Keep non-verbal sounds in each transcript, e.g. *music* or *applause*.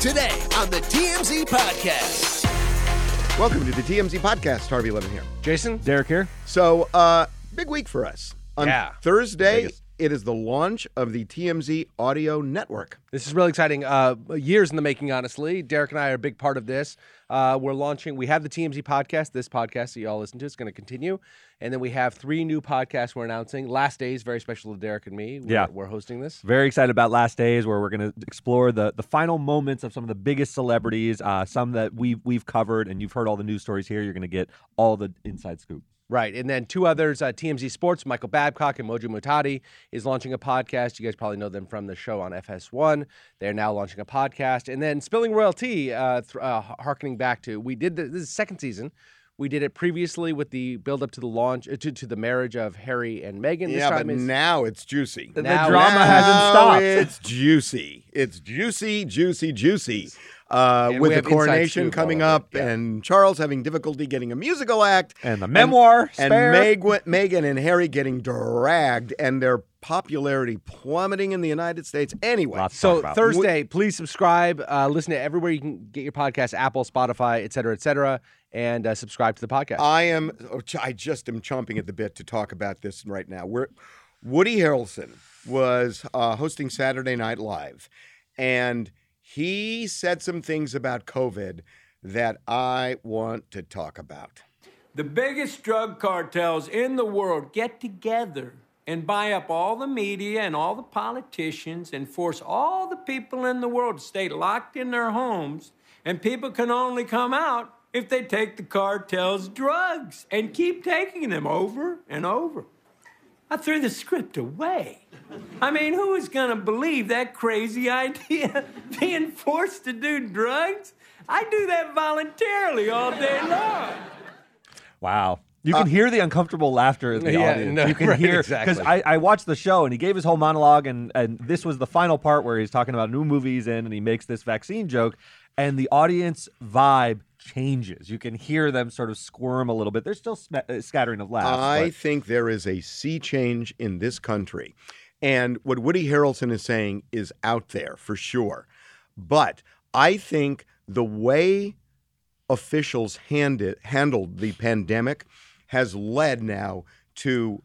Today on the TMZ Podcast. Welcome to the TMZ podcast. Harvey Levin here. Jason? Derek here. So, uh, big week for us. On Yeah. Thursday, Vegas. it is the launch of the TMZ Audio Network. This is really exciting. Uh, years in the making, honestly. Derek and I are a big part of this. Uh, we're launching, we have the TMZ podcast, this podcast that you all listen to. It's going to continue. And then we have three new podcasts we're announcing. Last Days, very special to Derek and me. We're, Yeah. We're hosting this. Very excited about Last Days, where we're going to explore the the final moments of some of the biggest celebrities, uh, some that we've we've covered, and you've heard all the news stories here. You're going to get all the inside scoop. Right. And then two others, uh, TMZ Sports, Michael Babcock and Mojo Mutati is launching a podcast. You guys probably know them from the show on FS1. They're now launching a podcast. And then Spilling Royal Tea, uh, th- uh, harkening back to, we did the, this is the second season. We did it previously with the build up to the launch, uh, to, to the marriage of Harry and Meghan. This yeah, but time is- now it's juicy. The, the Now- drama Now hasn't stopped. It's juicy. It's juicy, juicy, juicy. Uh, And with we the have inside coronation scoop coming all over up it, yeah. and Charles having difficulty getting a musical act. and the memoir and spare. Megan and Harry getting dragged and their popularity plummeting in the United States. Anyway, Lots to So talk about. Thursday, please subscribe. Uh, listen to everywhere you can get your podcast, Apple, Spotify, et cetera, et cetera, and uh, subscribe to the podcast. I am. oh, I just am chomping at the bit to talk about this right now. We're, Woody Harrelson was uh, hosting Saturday Night Live, and he said some things about COVID that I want to talk about. The biggest drug cartels in the world get together and buy up all the media and all the politicians and force all the people in the world to stay locked in their homes. And people can only come out if they take the cartel's drugs and keep taking them over and over. I threw the script away. I mean, who is going to believe that crazy *laughs* idea? Being forced to do drugs? I do that voluntarily all day long. Wow. You can hear the uncomfortable laughter in the Yeah, audience. no, you can *laughs* right, hear exactly. I, I watched the show and he gave his whole monologue and, and this was the final part where he's talking about new movies in and he makes this vaccine joke and the audience vibe changes. You can hear them sort of squirm a little bit. There's still sma- uh, scattering of laughs. I but- think there is a sea change in this country. And what Woody Harrelson is saying is out there for sure. But I think the way officials handed, handled the pandemic has led now to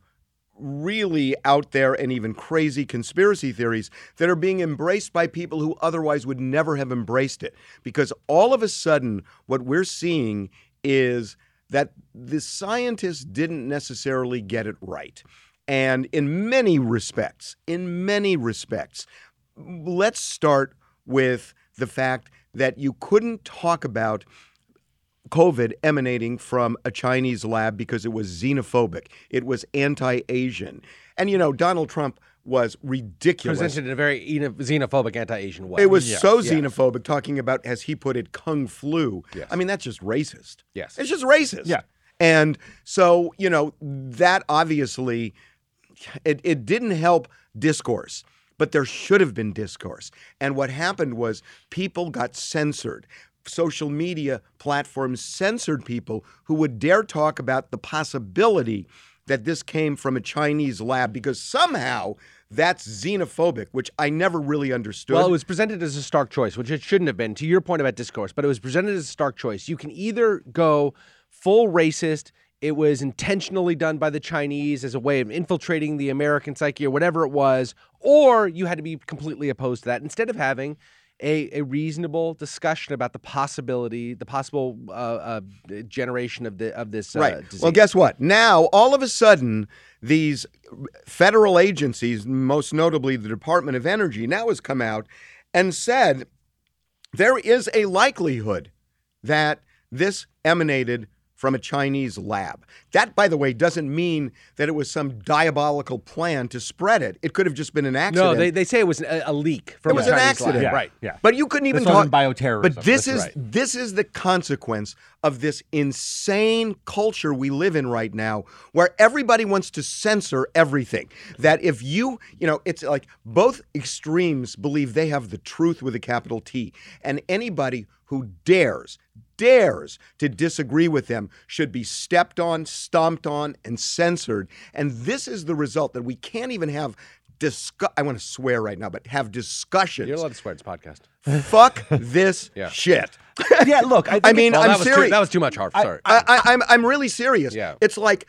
really out there and even crazy conspiracy theories that are being embraced by people who otherwise would never have embraced it. Because all of a sudden, what we're seeing is that the scientists didn't necessarily get it right. And in many respects, in many respects, let's start with the fact that you couldn't talk about COVID emanating from a Chinese lab because it was xenophobic. It was anti Asian. And, you know, Donald Trump was ridiculous. Presented in a very eno- xenophobic, anti-Asian way. it was Yeah. so Yeah. xenophobic, talking about, as he put it, kung flu. I mean, that's just racist. Yes. It's just racist. Yeah. And so, you know, that obviously it, it didn't help discourse, but there should have been discourse. And what happened was people got censored. Social media platforms censored people who would dare talk about the possibility that this came from a Chinese lab because somehow that's xenophobic, which I never really understood. Well, it was presented as a stark choice, which it shouldn't have been, to your point about discourse, but it was presented as a stark choice. You can either go full racist, it was intentionally done by the Chinese as a way of infiltrating the American psyche or whatever it was, or you had to be completely opposed to that instead of having. A, a reasonable discussion about the possibility, the possible uh, uh, generation of the of this uh, Right. disease. Well, guess what? Now, all of a sudden, these federal agencies, most notably the Department of Energy, now has come out and said there is a likelihood that this emanated from a Chinese lab. That, by the way, doesn't mean that it was some diabolical plan to spread it. It could have just been an accident. No, they, they say it was a, a leak from it was a an Chinese accident, lab. Yeah, right? yeah. But you couldn't even This talk wasn't bioterrorism. But this That's is right. this is the consequence of this insane culture we live in right now, where everybody wants to censor everything. That if you, you know, it's like both extremes believe they have the truth with a capital T, and anybody who dares dares to disagree with them should be stepped on, stomped on, and censored. And this is the result that we can't even have. Discuss. I want to swear right now, but have discussions You're allowed to swear. It's a podcast. *laughs* fuck this Yeah. shit. yeah, look, I, think I it's- mean, Well, I'm that was serious. Too, that was too much, Harv. Sorry. I, I, I'm I'm really serious. Yeah. It's like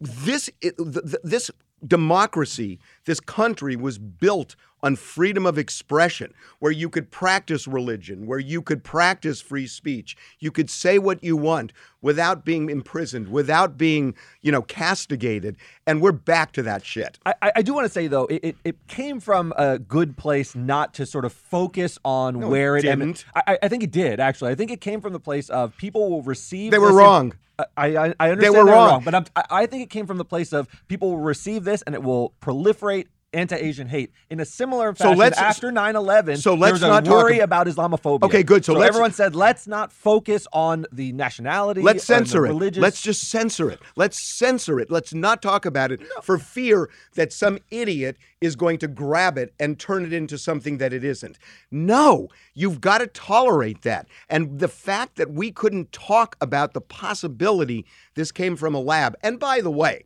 this it, th- th- this democracy, this country was built on freedom of expression, where you could practice religion, where you could practice free speech, you could say what you want without being imprisoned, without being you know castigated, and we're back to that shit. I, I I do want to say though, it, it, it came from a good place not to sort of focus on where it didn't. emin- I, I- I think it did actually. I think it came from the place of people will receive. They were this wrong. I, I, I understand They they were were wrong. wrong, but I'm, I, I think it came from the place of people will receive this and it will proliferate anti-Asian hate in a similar fashion. let's- after 9/11, so let's there was not a talk worry ab- about Islamophobia. Okay, good. So let's- everyone said let's not focus on the nationality. Let's and the censor it. Religious Let's just censor it. Let's censor it. Let's not talk about it for fear that some idiot is going to grab it and turn it into something that it isn't. No, you've got to tolerate that. And the fact that we couldn't talk about the possibility this came from a lab. And by the way,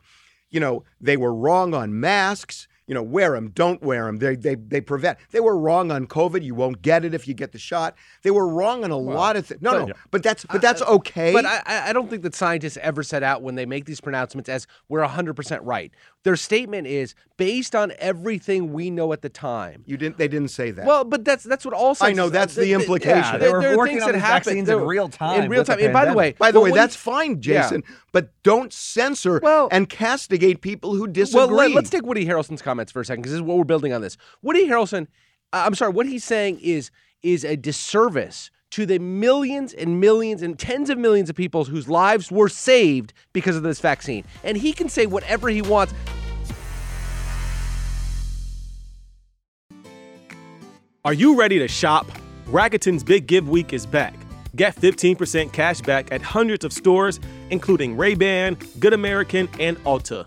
you know, they were wrong on masks. You know, wear them, don't wear them. They, they, they prevent. They were wrong on COVID. You won't get it if you get the shot. They were wrong on a lot of things. No, no, but that's but that's okay. But I- I, I don't think that scientists ever set out when they make these pronouncements as we're 100% right. Their statement is based on everything we know at the time. You didn't. They didn't say that. Well, but that's that's what all science know, is. that's Uh, the th- implication. yeah, They there- were there are working things on that these happen. vaccines There in were- real In time real with the time. And by the way, pandemic. by the well, way, what do you- that's fine, Yeah. Jason. But don't censor Well- and castigate people who disagree. Well, let, us take Woody Harrelson's comments for a second because this is what we're building on this. Woody Harrelson, uh, I'm sorry, what he's saying is is a disservice to the millions and millions and tens of millions of people whose lives were saved because of this vaccine. And he can say whatever he wants. Are you ready to shop? Rakuten's Big Give Week is back. Get 15% cash back at hundreds of stores, including Ray-Ban, Good American, and Ulta.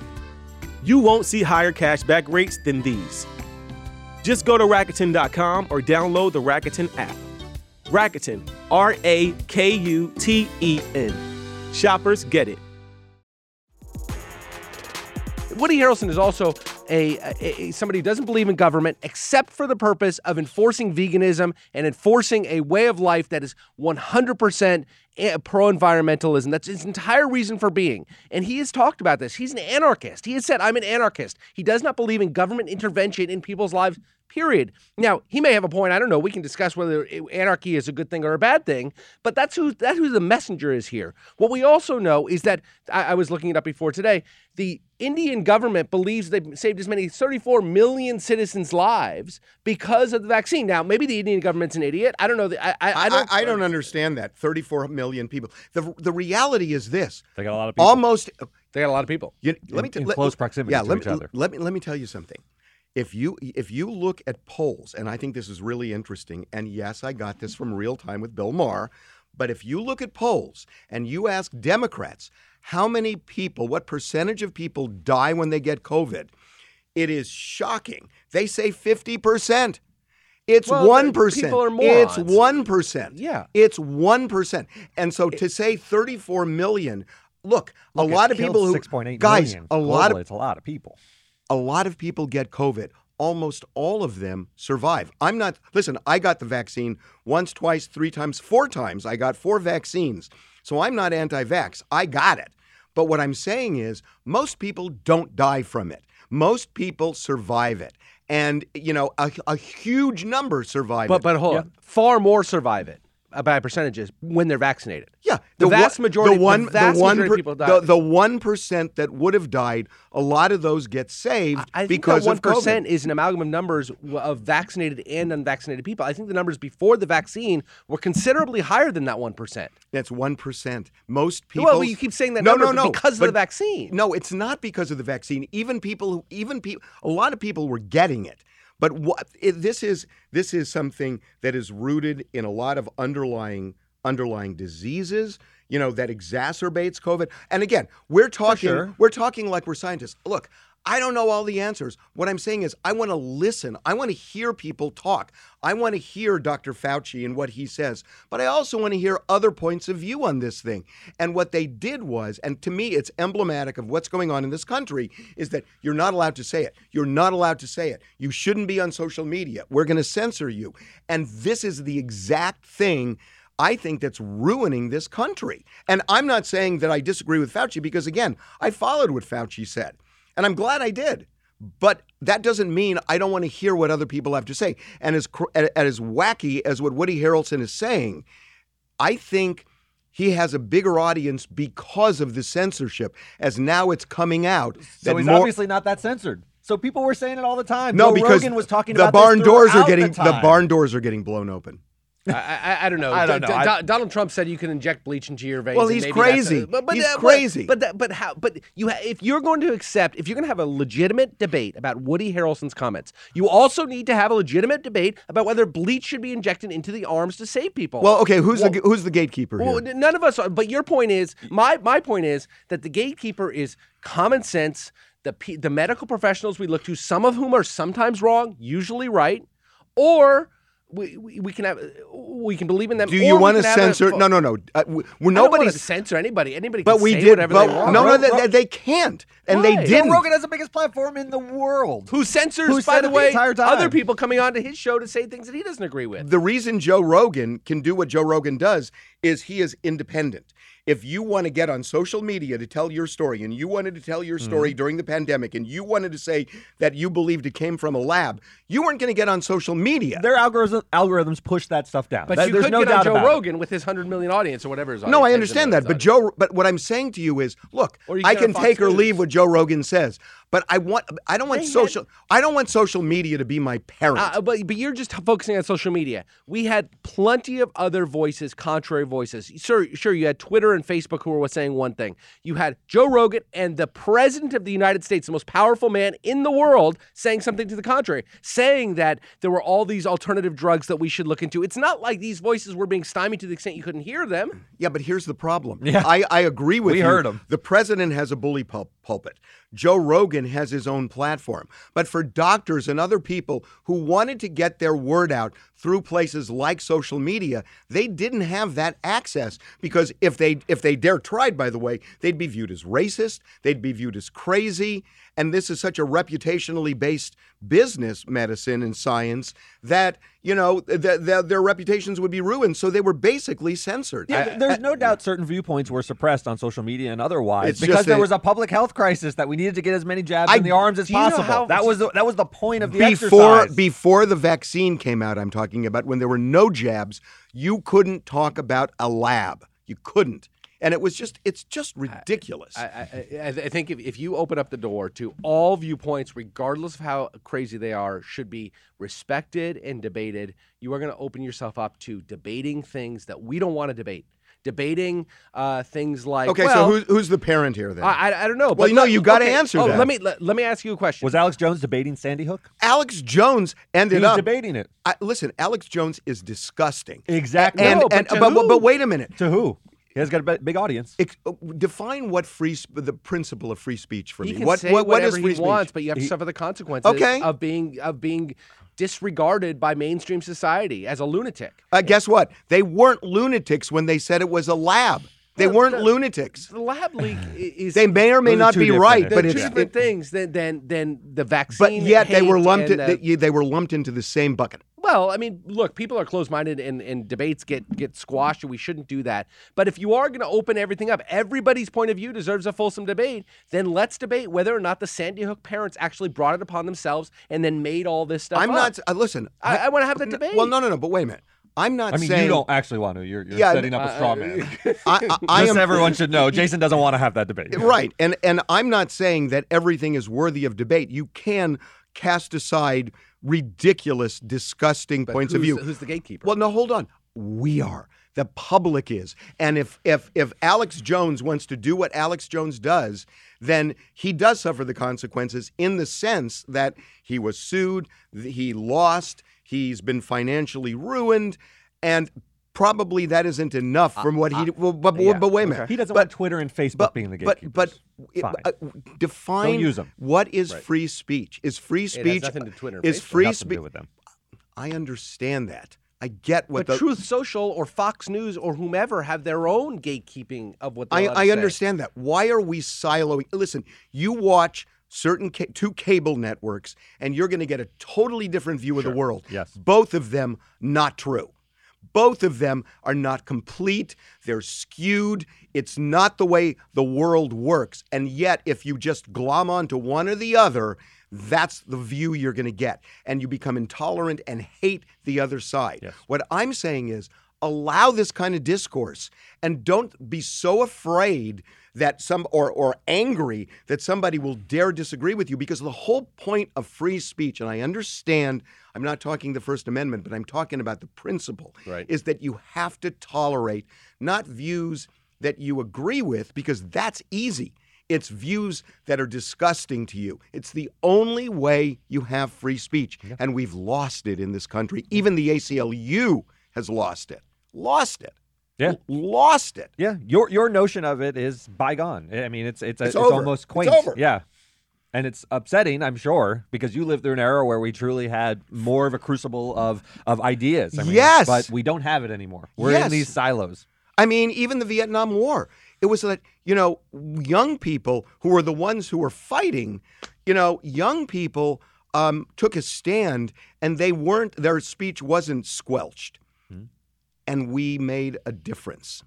You won't see higher cashback rates than these. Just go to Rakuten.com or download the Rakuten app. Rakuten, R A K U T E N. Shoppers get it. Woody Harrelson is also a, a- a- somebody who doesn't believe in government except for the purpose of enforcing veganism and enforcing a way of life that is 100% pro environmentalism. eh, That's his entire reason for being. And he has talked about this. He's an anarchist. He has said, I'm an anarchist. He does not believe in government intervention in people's lives. Period. Now he may have a point. I don't know. We can discuss whether anarchy is a good thing or a bad thing, but that's who that's who the messenger is here. What we also know is that I, I was looking it up before today. The Indian government believes they've saved as many as 34 million citizens' lives because of the vaccine. Now maybe the Indian government's an idiot. I don't know. The, I, I, I don't. I, don't understand that. Thirty-four million people. The the reality is this. They got a lot of people. Almost. they got a lot of people. You, let me in let- close proximity yeah, to let each me, other. Let me let me tell you something. If you if you look at polls, and I think this is really interesting, and yes, I got this from real time with Bill Maher, but if you look at polls and you ask Democrats how many people, what percentage of people die when they get COVID, it is shocking. They say fifty percent. It's Well, one people are percent. It's morons. one percent. Yeah. it's one percent. And so to say thirty-four million. Look, a Look, it lot of killed people who 6.8 guys, million a lot of globally. it's a lot of people. a lot of people get COVID. Almost all of them survive. I'm not, listen, I got the vaccine once, twice, three times, four times. I got four vaccines. So I'm not anti vax. I got it. But what I'm saying is, most people don't die from it. Most people survive it. And, you know, a, a huge number survive But it. but hold on. Far more survive it uh, by percentages when they're vaccinated. Yeah, The, one- vast majority. The one. vast one majority per- of people die. The, the one percent that would have died, a lot of those get saved I think because that one of COVID. percent is an amalgam of numbers w- of vaccinated and unvaccinated people. I think the numbers before the vaccine were considerably higher than that one percent. That's one percent. Most people. Well, you keep saying that no, number, no, but no, because of the But- vaccine. No, it's not because of the vaccine. Even people, who, even people, a lot of people were getting it. But what it, this is this is something that is rooted in a lot of underlying underlying diseases. You know that exacerbates COVID. And again, we're talking sure. we're talking like we're scientists. Look. I don't know all the answers. What I'm saying is, I want to listen. I want to hear people talk. I want to hear Dr. Fauci and what he says, but I also want to hear other points of view on this thing. And what they did was, and to me, it's emblematic of what's going on in this country, is that you're not allowed to say it. You're not allowed to say it. You shouldn't be on social media. We're going to censor you. And this is the exact thing. I think that's ruining this country. And I'm not saying that I disagree with Fauci because, again, I followed what Fauci said. And I'm glad I did. But that doesn't mean I don't want to hear what other people have to say. And as, cr- and as wacky as what Woody Harrelson is saying, I think he has a bigger audience because of the censorship, as now it's coming out. So that he's more- obviously not that censored. So people were saying it all the time. no, Joe because Rogan was talking the about barn this doors are throughout getting the, the time. barn doors are getting blown open. I, I, I don't know. I don't Do- know. do- I- Donald Trump said you can inject bleach into your veins. Well, and he's maybe that's- crazy. but, but, He's uh, but- crazy. But, that, but how? But you, ha- if you're going to accept, if you're going to have a legitimate debate about Woody Harrelson's comments, you also need to have a legitimate debate about whether bleach should be injected into the arms to save people. Well, okay, who's the who's the gatekeeper Well, here? n- none of us are. But your point is, my my point is that the gatekeeper is common sense. The pe- the medical professionals we look to, some of whom are sometimes wrong, usually right, or we, we, we can have we can believe in them. Do or you we want to can have a- censor? No, no, no. Uh, we, we're I don't wanna nobody's censor anybody. Anybody, can But we say did. whatever But they want. no, no, Ro- they, Ro- they- they can't, and Why? they Joe didn't. Joe Rogan has the biggest platform in the world. Who censors, by Who said the it the way, entire time? other people coming onto his show to say things that he doesn't agree with? The reason Joe Rogan can do what Joe Rogan does is he is independent. If you want to get on social media to tell your story, and you wanted to tell your Mm-hmm. story during the pandemic, and you wanted to say that you believed it came from a lab, you weren't going to get on social media. Their algorithm, algorithms push that stuff down. But That- you there's could no get doubt on Joe about it. Rogan with his hundred million audience or whatever. His no, audience I is, understand that, his but audience. Joe, but what I'm saying to you is, look, Or you I get on can Fox take or News. leave what Joe Rogan says, but I want, I don't want They had- social, I don't want social media to be my parent. Uh, but but you're just focusing on social media. We had plenty of other voices, contrary voices. Sure, sure. You had Twitter and Facebook who were saying one thing. You had Joe Rogan and the president of the United States, the most powerful man in the world, saying something to the contrary, saying that there were all these alternative drugs that we should look into. It's not like these voices were being stymied to the extent you couldn't hear them. Yeah, but here's the problem. Yeah. I, I agree with We you. heard 'em. The president has a bully pul- pulpit. Joe Rogan has his own platform. But for doctors and other people who wanted to get their word out through places like social media, they didn't have that access because if they if they dare tried, by the way, they'd be viewed as racist, they'd be viewed as crazy, and this is such a reputationally based business medicine and science that you know th- th- their reputations would be ruined. So they were basically censored. Yeah, th- there's no doubt certain viewpoints were suppressed on social media and otherwise It's because just there that- was a public health crisis that we needed to get as many jabs I- in the arms as do you know possible. how- that was the, that was the point of the before exercise. before the vaccine came out i'm talking about when there were no jabs you couldn't talk about a lab you couldn't and it was just it's just ridiculous I, I, I- I think if, if you open up the door to all viewpoints, regardless of how crazy they are, should be respected and debated, you are going to open yourself up to debating things that we don't want to debate. Debating uh, things like okay well, so who's, who's the parent here then I, I, I don't know. Well, but no, let- you gotta okay, answer oh, that. Let me let, let me ask you a question. was Alex Jones debating Sandy Hook? alex jones ended He was up debating it. I, listen alex jones is disgusting Exactly. and, No, and- but to but, who? but wait a minute To who? He has got a b- big audience. Ex- uh, define what free sp- the principle of free speech for he me can what say what, what whatever is free he wants, speech but you have to suffer the consequences Okay. of being of being disregarded by mainstream society as a lunatic. uh, guess what they weren't lunatics when they said it was a lab they weren't lunatics The lab leak i- is They may or may Those are not two be different right, things. but They're it's two different it- things than than than the vaccine. but yet they hate were lumped. and In, the- they, they were lumped into the same bucket. Well, I mean, look, people are closed-minded, and, and debates get get squashed, and we shouldn't do that. But if you are going to open everything up, everybody's point of view deserves a fulsome debate. Then let's debate whether or not the Sandy Hook parents actually brought it upon themselves and then made all this stuff. I'm up. not. Uh, listen, I- I wanna have that n- debate. Well, no, no, no. But wait a minute. I'm not I mean, saying you don't actually want to. You're, you're Yeah, setting up a straw man. *laughs* I, *laughs* I, I Just am everyone should know. Jason doesn't want to have that debate. right, and and I'm not saying that everything is worthy of debate. You can cast aside ridiculous, disgusting points of view. who's- who's the gatekeeper? Well, no, hold on. We are. The public is. And if if if Alex Jones wants to do what Alex Jones does, then he does suffer the consequences in the sense that he was sued, th- he lost, he's been financially ruined, and probably that isn't enough from what he. well, but, Yeah. but wait a minute. He doesn't but, want Twitter and Facebook but, being the gatekeepers. but but it- Fine. uh, define use 'em. what is free speech? Is free has speech nothing to Twitter and Is Facebook. free Nothing to speech? do with them. I understand that. I get what But the Truth Social or Fox News or whomever have their own gatekeeping of what I, they I understand that. Why are we siloing? Listen, you watch certain ca- two cable networks, and you're going to get a totally different view of the world. Yes. both of them not true. Both of them are not complete. They're skewed. It's not the way the world works. And yet, if you just glom onto one or the other, that's the view you're going to get. And you become intolerant and hate the other side. What I'm saying is allow this kind of discourse and don't be so afraid that some or or angry that somebody will dare disagree with you because the whole point of free speech and I understand I'm not talking the first amendment but I'm talking about the principle Right. is that you have to tolerate not views that you agree with because that's easy it's views that are disgusting to you it's the only way you have free speech and we've lost it in this country even the ACLU has lost it lost it Yeah. L- lost it Yeah, your your notion of it is bygone. I mean, it's it's It's it's, over. almost It's quaint. over. Yeah, and it's upsetting, I'm sure, because you lived through an era where we truly had more of a crucible of of ideas. I mean, Yes. but we don't have it anymore. We're Yes. in these silos. I mean, even the Vietnam War. It was that, you know, young people who were the ones who were fighting, you know, young people um, took a stand and they weren't, their speech wasn't squelched. Hmm. And we made a difference.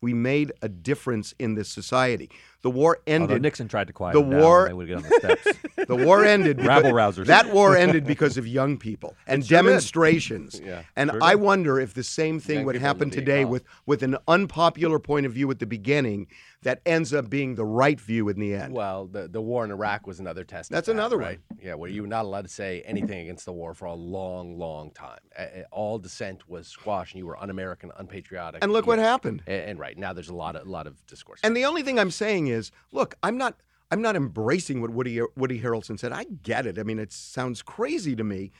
We made a difference in this society. The war Although ended. Nixon tried to quiet the them down war- when they would get on the *laughs* steps. The war ended. because- Rabble rousers. That war ended because of young people and demonstrations. and I wonder if the same thing Young would people happen living today out. with, with an unpopular point of view at the beginning that ends up being the right view in the end. Well, the, the war in Iraq was another test. of That's that, another one. right? Yeah, where you were not allowed to say anything against the war for a long, long time. A- a- all dissent was squashed, and you were un-American, unpatriotic. and look what yeah. happened. A- And, right now, there's a lot of lot of discourse. And the only thing I'm saying is, look, I'm not I'm not embracing what Woody Woody Harrelson said. I get it. I mean, it sounds crazy to me,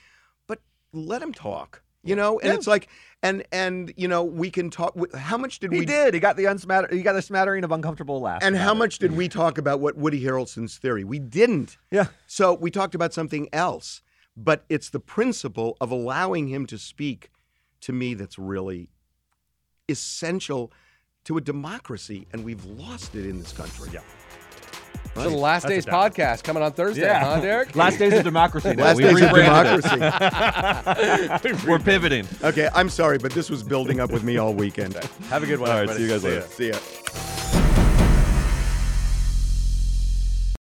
but let him talk. You know, and it's like, and and you know, we can talk. How much did he we did. He got the unsmatter. He got the smattering of uncomfortable laughs. And about how it. much did we talk about what Woody Harrelson's theory? We didn't. Yeah. So we talked about something else, but it's the principle of allowing him to speak to me that's really essential to a democracy, and we've lost it in this country. Yeah. so the last day's podcast coming on Thursday, huh, Derek? Last days of democracy. now. Last We days of rebranded *laughs* democracy. it. We're pivoting. *laughs* okay, I'm sorry, but this was building up with me all weekend. Have a good one. All right. See you guys later. See ya.